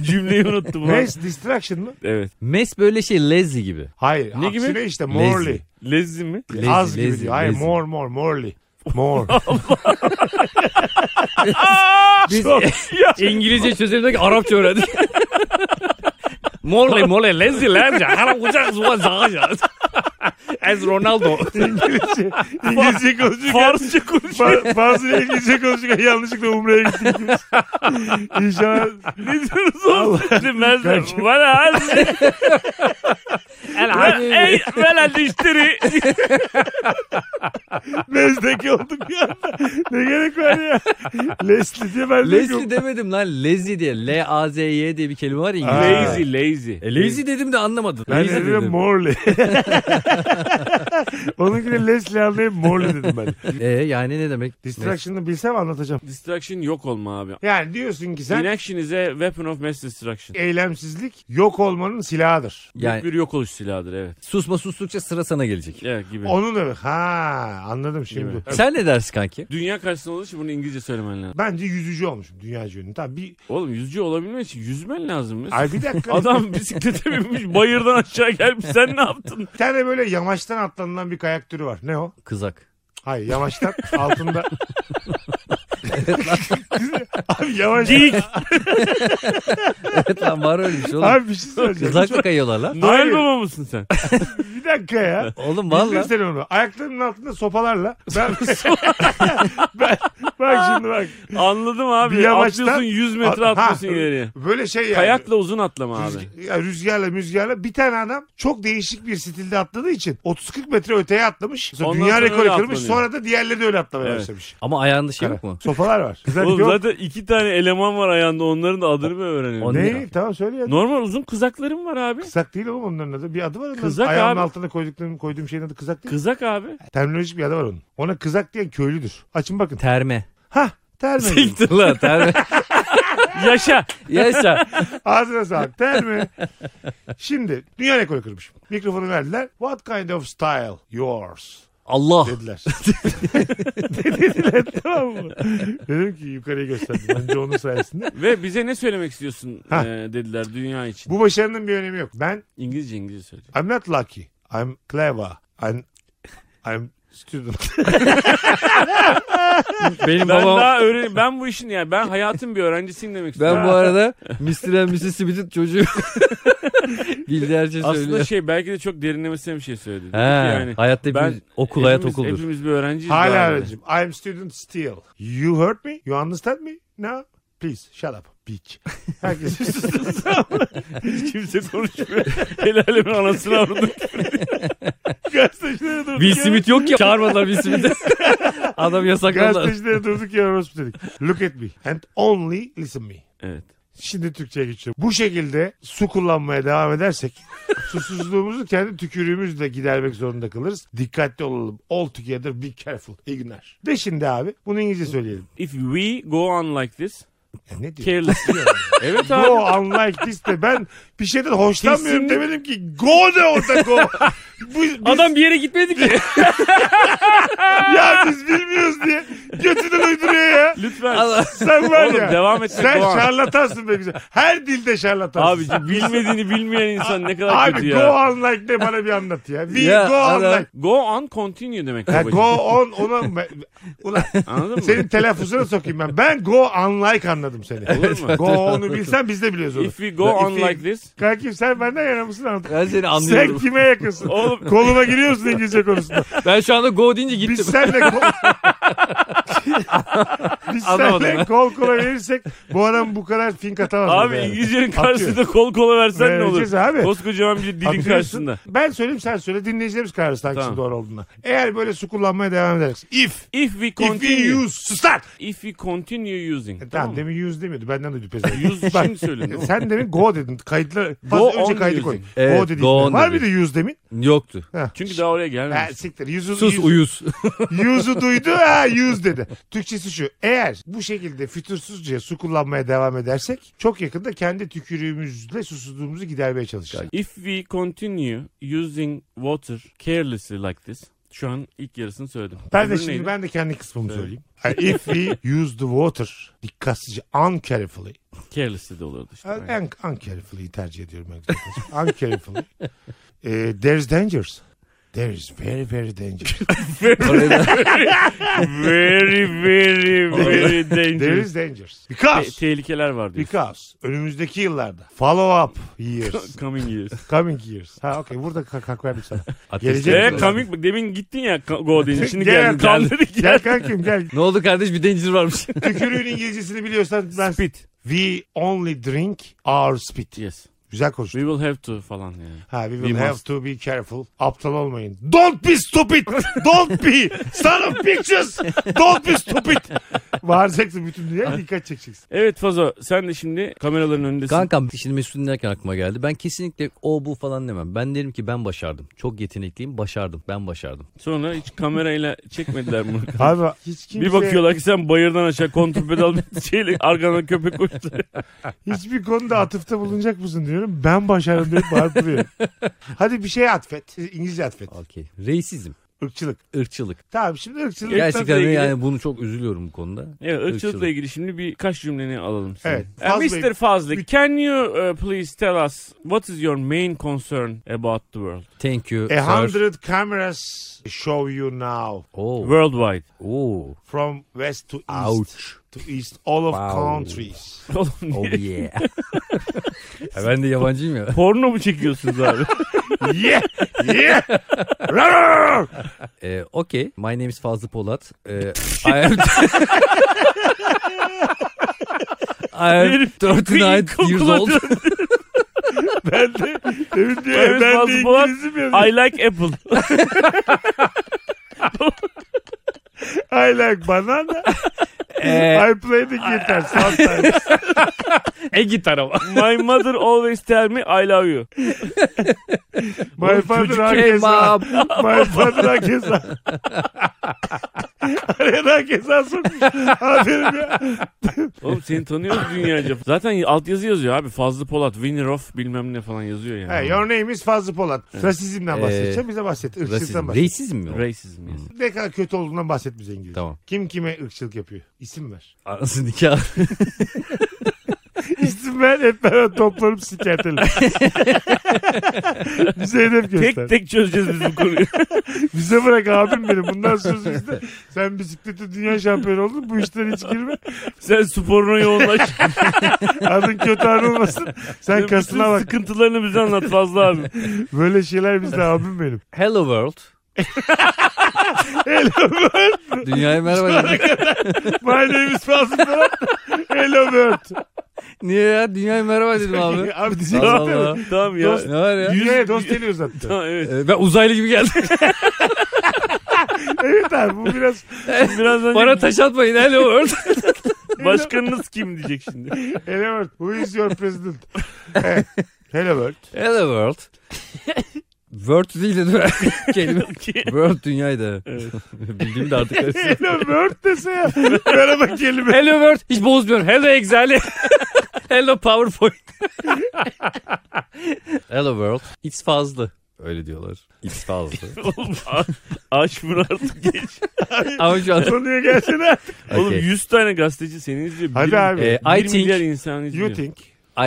Cümleyi unuttum. lan. Mes distraction mı? Evet. mes böyle şey lazy gibi. Hayır. Ne Ne gibi? gibi? işte morely. Lezzi mi? Lazy, Az gibi lazy, diyor. Hayır lazy. more more morely. More. *laughs* Biz *laughs* İngilizce çözelim de Arapça *laughs* öğrendik. Morle morle lezi lezi. Haram kucak zuva zaga Ez Ronaldo. İngilizce. İngilizce konuşurken. Farsça konuş. Fa- Fazla İngilizce konuşurken yanlışlıkla Umre'ye gittik. biz. İnşallah. ne diyorsunuz oğlum? Bilmezler. Kanka. Bana az. Ela ey vela dişleri. Mezdeki olduk ya. Ne gerek var ya? Leslie diye ben de Leslie yok. demedim lan. Lazy diye. L-A-Z-Y diye bir kelime var ya İngilizce. Lazy lazy. E, lazy dedim de anlamadın. Ben lazy de dedim Morley. *laughs* Onunkini Leslie anlayıp Morley dedim ben. E, yani ne demek? Distraction'ı bilsem anlatacağım. Distraction yok olma abi. Yani diyorsun ki sen Inaction is a weapon of mass destruction. eylemsizlik yok olmanın silahıdır. Yani Bir yok oluş silahıdır evet. susma sustukça sıra sana gelecek. Evet gibi. Onun öyle. Ha anladım şimdi. Evet. Sen ne dersin kanki? Dünya karşısında olduğu için bunu İngilizce söylemen lazım. Bence yüzücü olmuşum dünyaca ünlü. Tamam bir... Oğlum yüzücü olabilmek için yüzmen lazım. ya. Ay bir dakika. Adam bisiklete binmiş bayırdan aşağı gelmiş. Sen ne yaptın? Bir tane böyle yamaçtan atlanılan bir kayak türü var. Ne o? Kızak. *laughs* Hayır yamaçtan altında. Abi yavaş. evet lan var öyle bir şey oğlum. Abi bir şey söyleyeceğim. Kızakla *laughs* kayıyorlar lan. Noel Hayır. baba mısın sen? Bir dakika ya. Oğlum Valla. valla. sen onu. Ayaklarının altında sopalarla. *laughs* Ben, *laughs* ben bak şimdi bak. Anladım abi. Bir yamaçtan- Atlıyorsun 100 metre Ha, atlıyorsun ileriye. Böyle şey yani. Kayakla uzun atlama abi. Rüzg- ya rüzgarla müzgarla bir tane adam çok değişik bir stilde atladığı için 30-40 metre öteye atlamış. Sonra Ondan dünya sonra rekoru öyle kırmış. atlanıyor. Sonra da diğerleri de öyle atlamaya Evet. başlamış. Hani Ama ayağında şey yok mu? Sopalar var. Kızak Oğlum yok. zaten iki tane eleman var ayağında onların da adını mı öğrenelim? O Ne? Tamam söyle ya. Normal uzun kızaklarım var abi. Kızak değil oğlum onların adı. Bir adı var. onun. Kızak Ayağımın abi. altına koyduklarım, koyduğum şeyin adı kızak değil. Kızak abi. Terminolojik bir adı var onun. Ona kızak diyen köylüdür. Açın bakın. Terme. *laughs* Hah *laughs* terme. Siktir lan terme. Yaşa. Yaşa. Ağzına sağlık. Terme. Şimdi dünya rekoru kırmış. Mikrofonu verdiler. What kind of style yours? Allah. *laughs* Dediler. dediler tamam mı? Dedim ki yukarıya gösterdim. Bence onun sayesinde. Ve bize ne söylemek istiyorsun Ha. eee, dediler dünya için. Bu başarının bir önemi yok. Ben İngilizce İngilizce söyle. I'm not lucky. I'm clever. I'm, I'm student. Ben Benim babam daha öğren ben bu işin yani ben hayatın bir öğrencisiyim demek istiyorum. Ben bu arada Mr. and Mrs. *laughs* Smith'in çocuğu. Bildiği her şeyi aslında söylüyor. şey belki de çok derinlemesine bir şey söyledi. Dedi ki He, yani hayatta hepimiz, ben- okul hayat hepimiz, okuldur. hepimiz bir öğrenciyiz. be Hala abi. öğrencim. I'm student still. You heard me? You understand me? No? Please shut up. *laughs* Bitch. Herkes Hiç kimse konuşmuyor. El alemin anasını avradı. gazetecilere de durduk *laughs* Will yere- Smith yok ki. Çağırmadılar *laughs* Will Smith'i. Adam yasakladı. Gazetecilere durduk ya orospu dedik. Look at me and only listen me. Evet. Şimdi Türkçe'ye geçiyorum. Bu şekilde su kullanmaya devam edersek *laughs* susuzluğumuzu kendi tükürüğümüzle gidermek zorunda kalırız. Dikkatli olalım. All together be careful. İyi günler. De şimdi abi bunu İngilizce söyleyelim. If we go on like this, Ya ne *laughs* diyor? careless. evet abi. Go unlike this de ben bir şeyden hoşlanmıyorum Kesinlikle. demedim ki go de orada go. Bu- biz, Adam bir yere gitmedi ki. ya biz bilmiyoruz diye götünü uyduruyor ya. Lütfen. Sen var Oğlum ya. devam etme, Sen go on. şarlatansın be güzel. Her dilde şarlatansın. Abi bilmediğini bilmeyen insan ne kadar Abi kötü go ya. on like ne bana bir anlat ya. We Ya, go on adam- like. Go on continue demek. Ha, babacığım. go on ona ulan Anladın mı? senin telaffuzuna sokayım ben. Ben go unlike anladım seni. Olur mu? Go on'u bilsen biz de biliyoruz onu. If we go on If we- like this. Kankim sen benden yana mısın anladın? Ben seni Sen anlıyorum. kime yakınsın? Oğlum. Koluma giriyorsun İngilizce konusunda. *laughs* Ben şu anda go deyince gittim. Biz senle kol... Biz Anlamadım senle ben. kol kola verirsek bu adam bu kadar fink atamaz. Abi yani. İngilizcenin karşısında kol kola versen ne olur? Vereceğiz abi. Koskocaman bir dilin Atıyorsun. karşısında. Ben söyleyeyim sen söyle dinleyicilerimiz kararsız hangisinin Tamam. doğru olduğuna. Eğer böyle su kullanmaya devam ederiz. If, If we if we continue. use, start. If we continue using. E, tamam tamam mı? demin use demiyordu. Benden duydu pezler. *laughs* Use Bak, şimdi söyledin değil mi? Sen demin go dedin. Kayıtlar. Go Fazla önce on kaydı using. koy. Evet, go dedin. go on Var dedi. mıydı use demin? Yoktu. Çünkü daha oraya Ha, gelmemiş. siktir. Use'u, Sus use- uyuz. use'u duydu. Ha use dedi. Türkçesi şu. Eğer bu şekilde fütursuzca su kullanmaya devam edersek çok yakında kendi tükürüğümüzle susuzluğumuzu gidermeye çalışacağız. If we continue using water carelessly like this. Şu an ilk yarısını söyledim. Ben de Öbürü şimdi neydi? ben de kendi kısmımı Söyle. söyleyeyim. Yani If we use the water dikkatsizce uncarefully. Carelessly de olurdu işte. aynen. Un, uncarefully tercih ediyorum ben. zaten. *laughs* uncarefully. Eh, there's dangers. There is very very *laughs* dangerous. very very şey. very There dangerous. is dangers. Te- Because tehlikeler var diyor. because önümüzdeki yıllarda follow up *laughs* years, Coming years. *laughs* coming years. Ha okey burada kalk kalk verdim sana. Gelecek Ee, yıllar. coming demin gittin ya go deyince *laughs* şimdi Gel, gel. geldin. Kaldırdık ya. Gel kankim gel. ne oldu kardeş bir danger varmış. Tükürüğün İngilizcesini biliyorsan ben Spit. We only drink our spit. Yes. Güzel konuştun. We will have to falan yani. Ha, we will We have must. to be careful. Aptal olmayın. Don't be stupid. Don't be. Son of pictures. Don't be stupid. Bağıracaksın bütün dünyaya dikkat çekeceksin. Evet Fazo sen de şimdi kameraların önündesin. *laughs* Kankam şimdi Mesut dinlerken aklıma geldi. Ben kesinlikle o bu falan demem. Ben derim ki ben başardım. Çok yetenekliyim başardım. Ben başardım. Sonra hiç kamerayla çekmediler bunu. Abi hiç kimse Bir bakıyorlar ki sen bayırdan aşağı kontur pedal *laughs* bir şeyle arkana köpek koştu. hiçbir konuda atıfta bulunacak mısın diyorum. Ben başardım deyip bağırıp *laughs* duruyorum. Hadi bir şey atfet. İngilizce atfet. Okey. Reisizm. Irkçılık. ırkçılık. Tamam şimdi ırkçılıktan Gerçekten ilgili- yani bunu çok üzülüyorum bu konuda. Evet ırkçılıkla Irkçılık. ilgili şimdi birkaç cümleni alalım. Seni. Evet, E, Eh, Fazlı Bey- Mr. Fazlı can you uh, please tell us what is your main concern about the world? Thank you E, A sir. hundred cameras show you now Oh. Worldwide. *laughs* Oh. from west to east. Ouch. To east all of Wow. countries. Oğlum niye- *laughs* Oh yeah. Ya ben de yabancıyım *laughs* ya. Porno mu çekiyorsunuz abi? yeah. Yeah. Rar, rar, rar. Ee, okay. My name is Fazlı Polat. *laughs* Ee, I am... I am Herif 39 ilkokula years old. döndü. Ben de demin diyor Evet, ben bazı de Polat, İngilizim ya. I like apple. I like banana. E, I play the guitar sometimes. e gitar ama. My mother always tell me I love you. My father hakeza. *laughs* My father hakeza. *laughs* Araya da hakeza sokmuş. Aferin ya. Oğlum seni tanıyoruz dünyaca. Zaten altyazı yazıyor abi. Fazlı Polat, winner of bilmem ne falan yazıyor yani. Hey, your name is Fazlı Polat. Rasizmden Ee, bahsedeceğim. Bize bahset. Irkçılıktan Rasizm. bahset. Reisizm mi o? Racism yazıyor. Ne kadar kötü olduğundan bahset bize İngilizce. Tamam. Kim kime ırkçılık yapıyor? İsim *laughs* ver. Anasını nikah. İsim ver hep beraber toplanıp sikertelim. bize hedef göster. Tek tek çözeceğiz biz bu konuyu. Bize bırak abim benim. Bundan söz bizde. Sen bisiklete dünya şampiyonu oldun. Bu işlere hiç girme. Sen *laughs* sporuna yoğunlaş. Adın kötü anılmasın. Sen kasına Bütün bak. sıkıntılarını bize anlat *laughs* Fazlı abi. Böyle şeyler bizde abim benim. Hello world. Dünyaya *laughs* merhaba. dedik. My name is Fazıl Polat. Hello world. Niye ya? Dünyaya merhaba dedim abi. Abi diyecek Allah abi. Allah. Tamam ya. Ne var ya? E, Dünyaya dost geliyoruz hatta. Tamam evet. Ben uzaylı gibi geldim. evet abi bu biraz Birazdan Bana taş atmayın. Hello world. başkanınız kim diyecek *laughs* şimdi. Hello World. Who is your president? Evet. Hello World. *laughs* Hello world. World değil de kelime. *laughs* World dünyaydı. *laughs* Bildiğim de artık. karıştı. Hello World dese ya. Merhaba kelime. *laughs* Hello world. Hiç bozmuyorum. Hello Excel. *laughs* Hello *laughs* PowerPoint. Hello world. It's fazla. Öyle diyorlar. X *laughs* fazla. Oğlum, a- aç bunu artık geç. Ama şu an Konuya gelsene. Oğlum Okay. 100 tane gazeteci seni izliyor. Hadi bir, abi. Ee, bir I think- milyar insan izliyor. you think.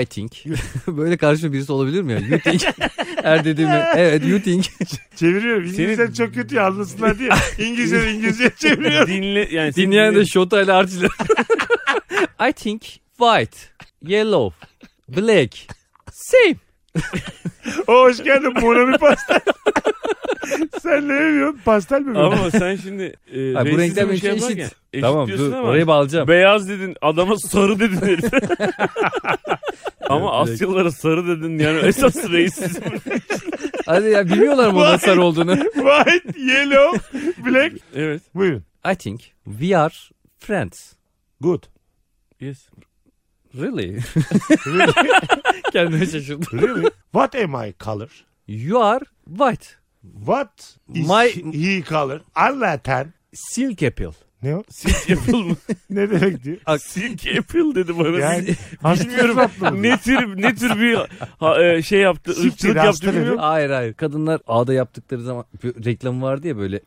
I think. *laughs* Böyle karşıma birisi olabilir mi ya? You *laughs* think. Her dediğimi. Evet you think. Çeviriyorum. İngilizce çok kötü ya, anlasınlar *laughs* diye. İngilizce İngilizce çeviriyorum. Dinle yani seni Dinleyen dinle- de şota ile harcıyla. *laughs* I think white, yellow, black, same. O hoş geldin. Buna bir pastel. Sen ne yiyorsun? Pastel mi? Ama... ama sen şimdi e, Ha, bu bu renkler renkten bir benim şey için yaparken eşit. eşit tamam diyorsun dur ama oraya bağlayacağım. beyaz dedin adama sarı dedin *laughs* herif. ama Asyalılara sarı dedin yani *laughs* esas reisizm. Hadi ya bilmiyorlar mı onun sarı olduğunu. *laughs* White, yellow, black. evet. Buyurun. I think we are friends. Good. Yes. Really? Really? *laughs* Kendime şaşırdım. really? What am I color? You are white. What is My- he color? Anlatan. Silk apple. Ne o? Silk Apple mı? *laughs* Ne demek diyor? Silk Apple dedi bana. Yani Bilmiyorum ne tür ne tür bir ha, e, şey yaptı, Siktir, ırkçılık hasta yaptı bilmiyorum. Hayır hayır. Kadınlar ağda yaptıkları zaman bir reklam vardı *laughs* ya böyle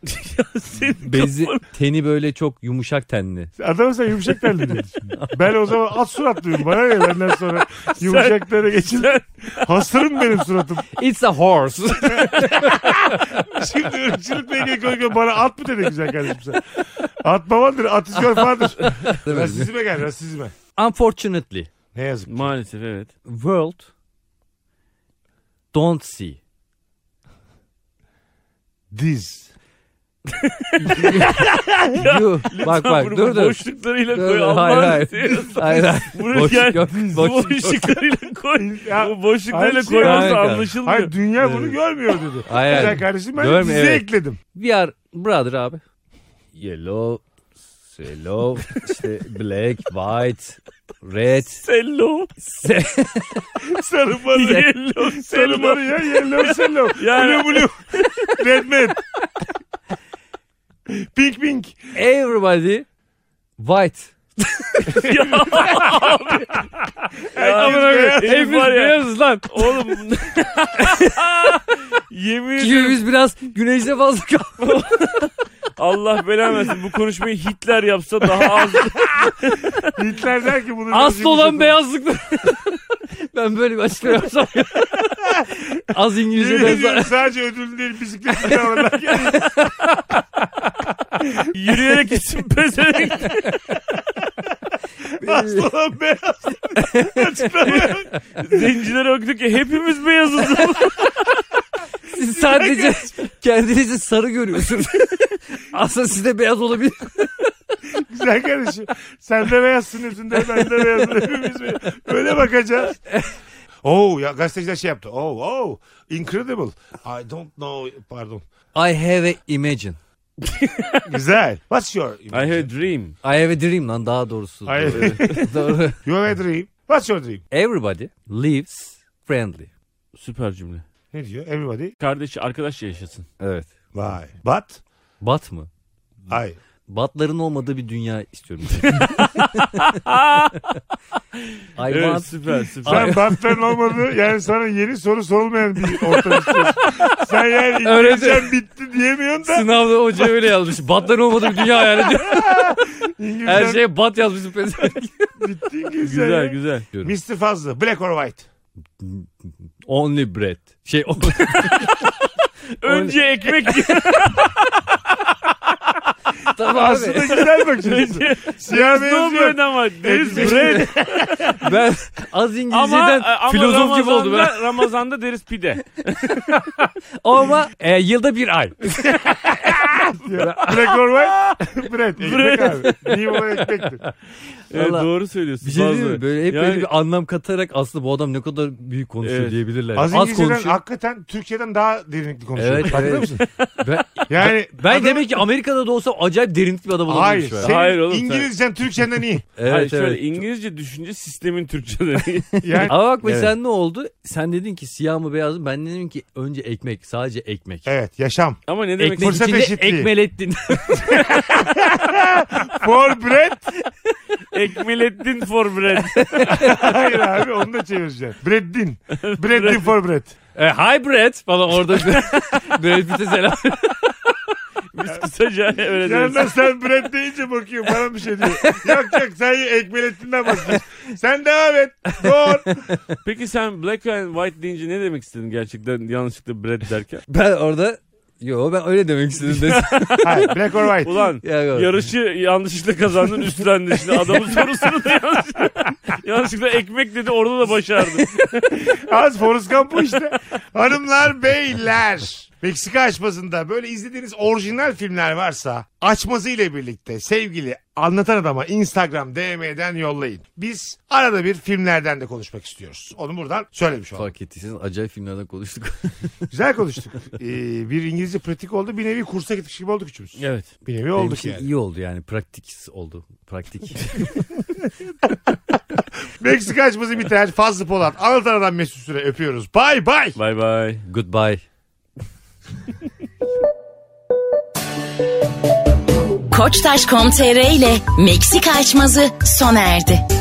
Senin bezi kafan- teni böyle çok yumuşak tenli. Adam sen yumuşak terli diyorsun. Ben o zaman at suratlıyım. Bana ne benden sonra yumuşaklara geçin. Sen- Hasırım benim suratım. It's a horse. Şimdi ırkçılık ne ilgili konuşuyor. Bana at mı dedi güzel kardeşim sen? At babandır, at iskör falandır. *laughs* Rasizme gel, rasizme. Unfortunately, Ne yazık. Maalesef evet. world don't see. Diz. You, bak bak Bunu dur dur. Boşluklarıyla Dur, koy. dur, Allah'ın hayır, hayır. seversen. Hayır hayır. Bunu Boşluk yani- yok. Boşluk *laughs* yok. boşluklarıyla koy. *laughs* Ya, Bu boşluklarıyla hayır, koyması hayır. anlaşılmıyor. Hayır dünya bunu görmüyor dedi. Hayır, Güzel hayır. kardeşim ben de Görmüyor, dize evet. ekledim. We are brother abi. Yellow, yellow, işte black, white, red. Sello. Sarı marı, Yellow. sarı Sello. marı ya, yellow *laughs* sellow. Yani- Blue blue. Red man. Pink pink. Everybody white. Ya Herkes amına koyayım. beyaz. Hepimiz Var ya. beyazız lan. Oğlum. Yemin Çünkü ediyorum biz biraz güneşte fazla kaldık. Allah belanı versin. Bu konuşmayı Hitler yapsa *laughs* daha az. Hitler der ki bunu Asıl olan beyazlıktı. ben böyle bir açıklama yapsam ya. Az İngilizce Yemin ediyorum benzer. sadece ödül değil bisiklet bile oradan geldi. *laughs* Yürüyerek için pezevenk. Asıl olan beyaz. Açıklamaya *laughs* bak. Zencilere baktık ki *laughs* hepimiz beyazız. Siz sadece kendinizi sarı görüyorsunuz. *laughs* Aslında siz de beyaz olabilir. Güzel kardeşim. Sen de beyazsın üstünde ben de beyazım. Hepimiz beyaz. Öyle bakacağız. Oh ya gazeteciler şey yaptı. Oh oh incredible. I don't know pardon. I have a imagine. Güzel. What's your I had a dream. I have a dream lan daha doğrusu. I- *laughs* Doğru. you have a dream. What's your dream? Everybody lives friendly. Süper cümle. Ne diyor? Everybody. Kardeşi arkadaşça yaşasın. Evet. Vay. But Bat mı? I. Batların olmadığı bir dünya *laughs* istiyorum. I Evet want süper süper. Sen batların olmadı. Yani sana yeni soru sorulmayan bir ortam istiyorsun. Sen yani *laughs* Öyle de- İngilizcen bitti diyemiyorsun da. Sınavda hoca öyle yazmış. Batların olmadığı bir dünya hayal ediyor. İngilizcen Her şey şeye bat yazmış. pezevenk. bitti İngilizcen. Güzel ya. güzel. Mr. Fazlı. Black or white. Only bread. Şey o- *laughs* Önce *laughs* ekmek Tabii Aslında abi. güzel bak şimdi. yiyince Siyah ne beyaz oluyor yok. ama deriz Ekmek. bread Ben az İngilizceden filozof gibi oldum. Ben. e, Ramazan'da- *laughs* Ramazan'da deriz pide. Ama e, yılda bir ay. Black or *laughs* white. Bread. Ekmek abi. Niye olay ekmektir? *laughs* Evet, Valla- doğru söylüyorsun. Bir şey değil mi? Fazla. Böyle hep Yani- böyle bir anlam katarak aslında bu adam ne kadar büyük konuşuyor Evet. diyebilirler. Az Az İngilizceden konuşuyor. hakikaten Türkiye'den daha derinlikli konuşuyor. Evet, Farkında evet. mısın? Ben Yani Ben adam- demek ki Amerika'da da olsam acayip derinlikli bir adam olabilirim Hayır. şu an. Senin Hayır oğlum, sen- İngilizcen Türkçenden *laughs* iyi. Evet, Hayır, şöyle evet. İngilizce düşünce sistemin Türkçe'de. *laughs* Yani Ama bak Evet. sen ne oldu? Sen dedin ki siyah mı beyaz mı? Ben dedim ki önce ekmek. Sadece ekmek. evet yaşam. Ama ne demek? Ekmek Fırsat içinde eşitliği. ekmelettin. For bread. Ekmelettin for *laughs* bread. Hayır abi onu da çevireceğim. *laughs* Breddin. Breddin for bread. e, hybrid falan orada. *laughs* Brad Pitt'e selam. Biz kısaca öyle deriz. Yanına sen bread deyince bakıyor bana bir şey diyor. yok yok sen ekmelettinden bakıyorsun. Sen devam et. Doğru. Peki sen black and white deyince ne demek istedin gerçekten yanlışlıkla bread *laughs* derken? Ben orada yo ben öyle demek istedim desem. Hayır black or white. Ulan Ya yok. yarışı yanlışlıkla kazandın üstlendin. Şimdi adamın sorusunu da *laughs* yanlışlıkla, yanlışlıkla ekmek dedi orada da başardın. Az Forrest Gump bu işte. Hanımlar beyler. Meksika açmasında böyle izlediğiniz orijinal filmler varsa açması ile birlikte sevgili anlatan adama Instagram DM'den yollayın. Biz arada bir filmlerden de konuşmak istiyoruz. Onu buradan söylemiş olduk. Fark ettiyseniz acayip filmlerden konuştuk. Güzel konuştuk. Ee, bir İngilizce pratik oldu. Bir nevi kursa gitmiş gibi olduk üçümüz. Evet. Bir nevi Benim olduk için yani. iyi oldu yani. Praktik oldu. Praktik. *laughs* Meksika açması biter. Fazlı Polat. Anlatan adam Mesut Süre. Öpüyoruz. Bay bay. Bay bay. Goodbye. Koçtaş.com.tr ile Meksika açmazı sona erdi.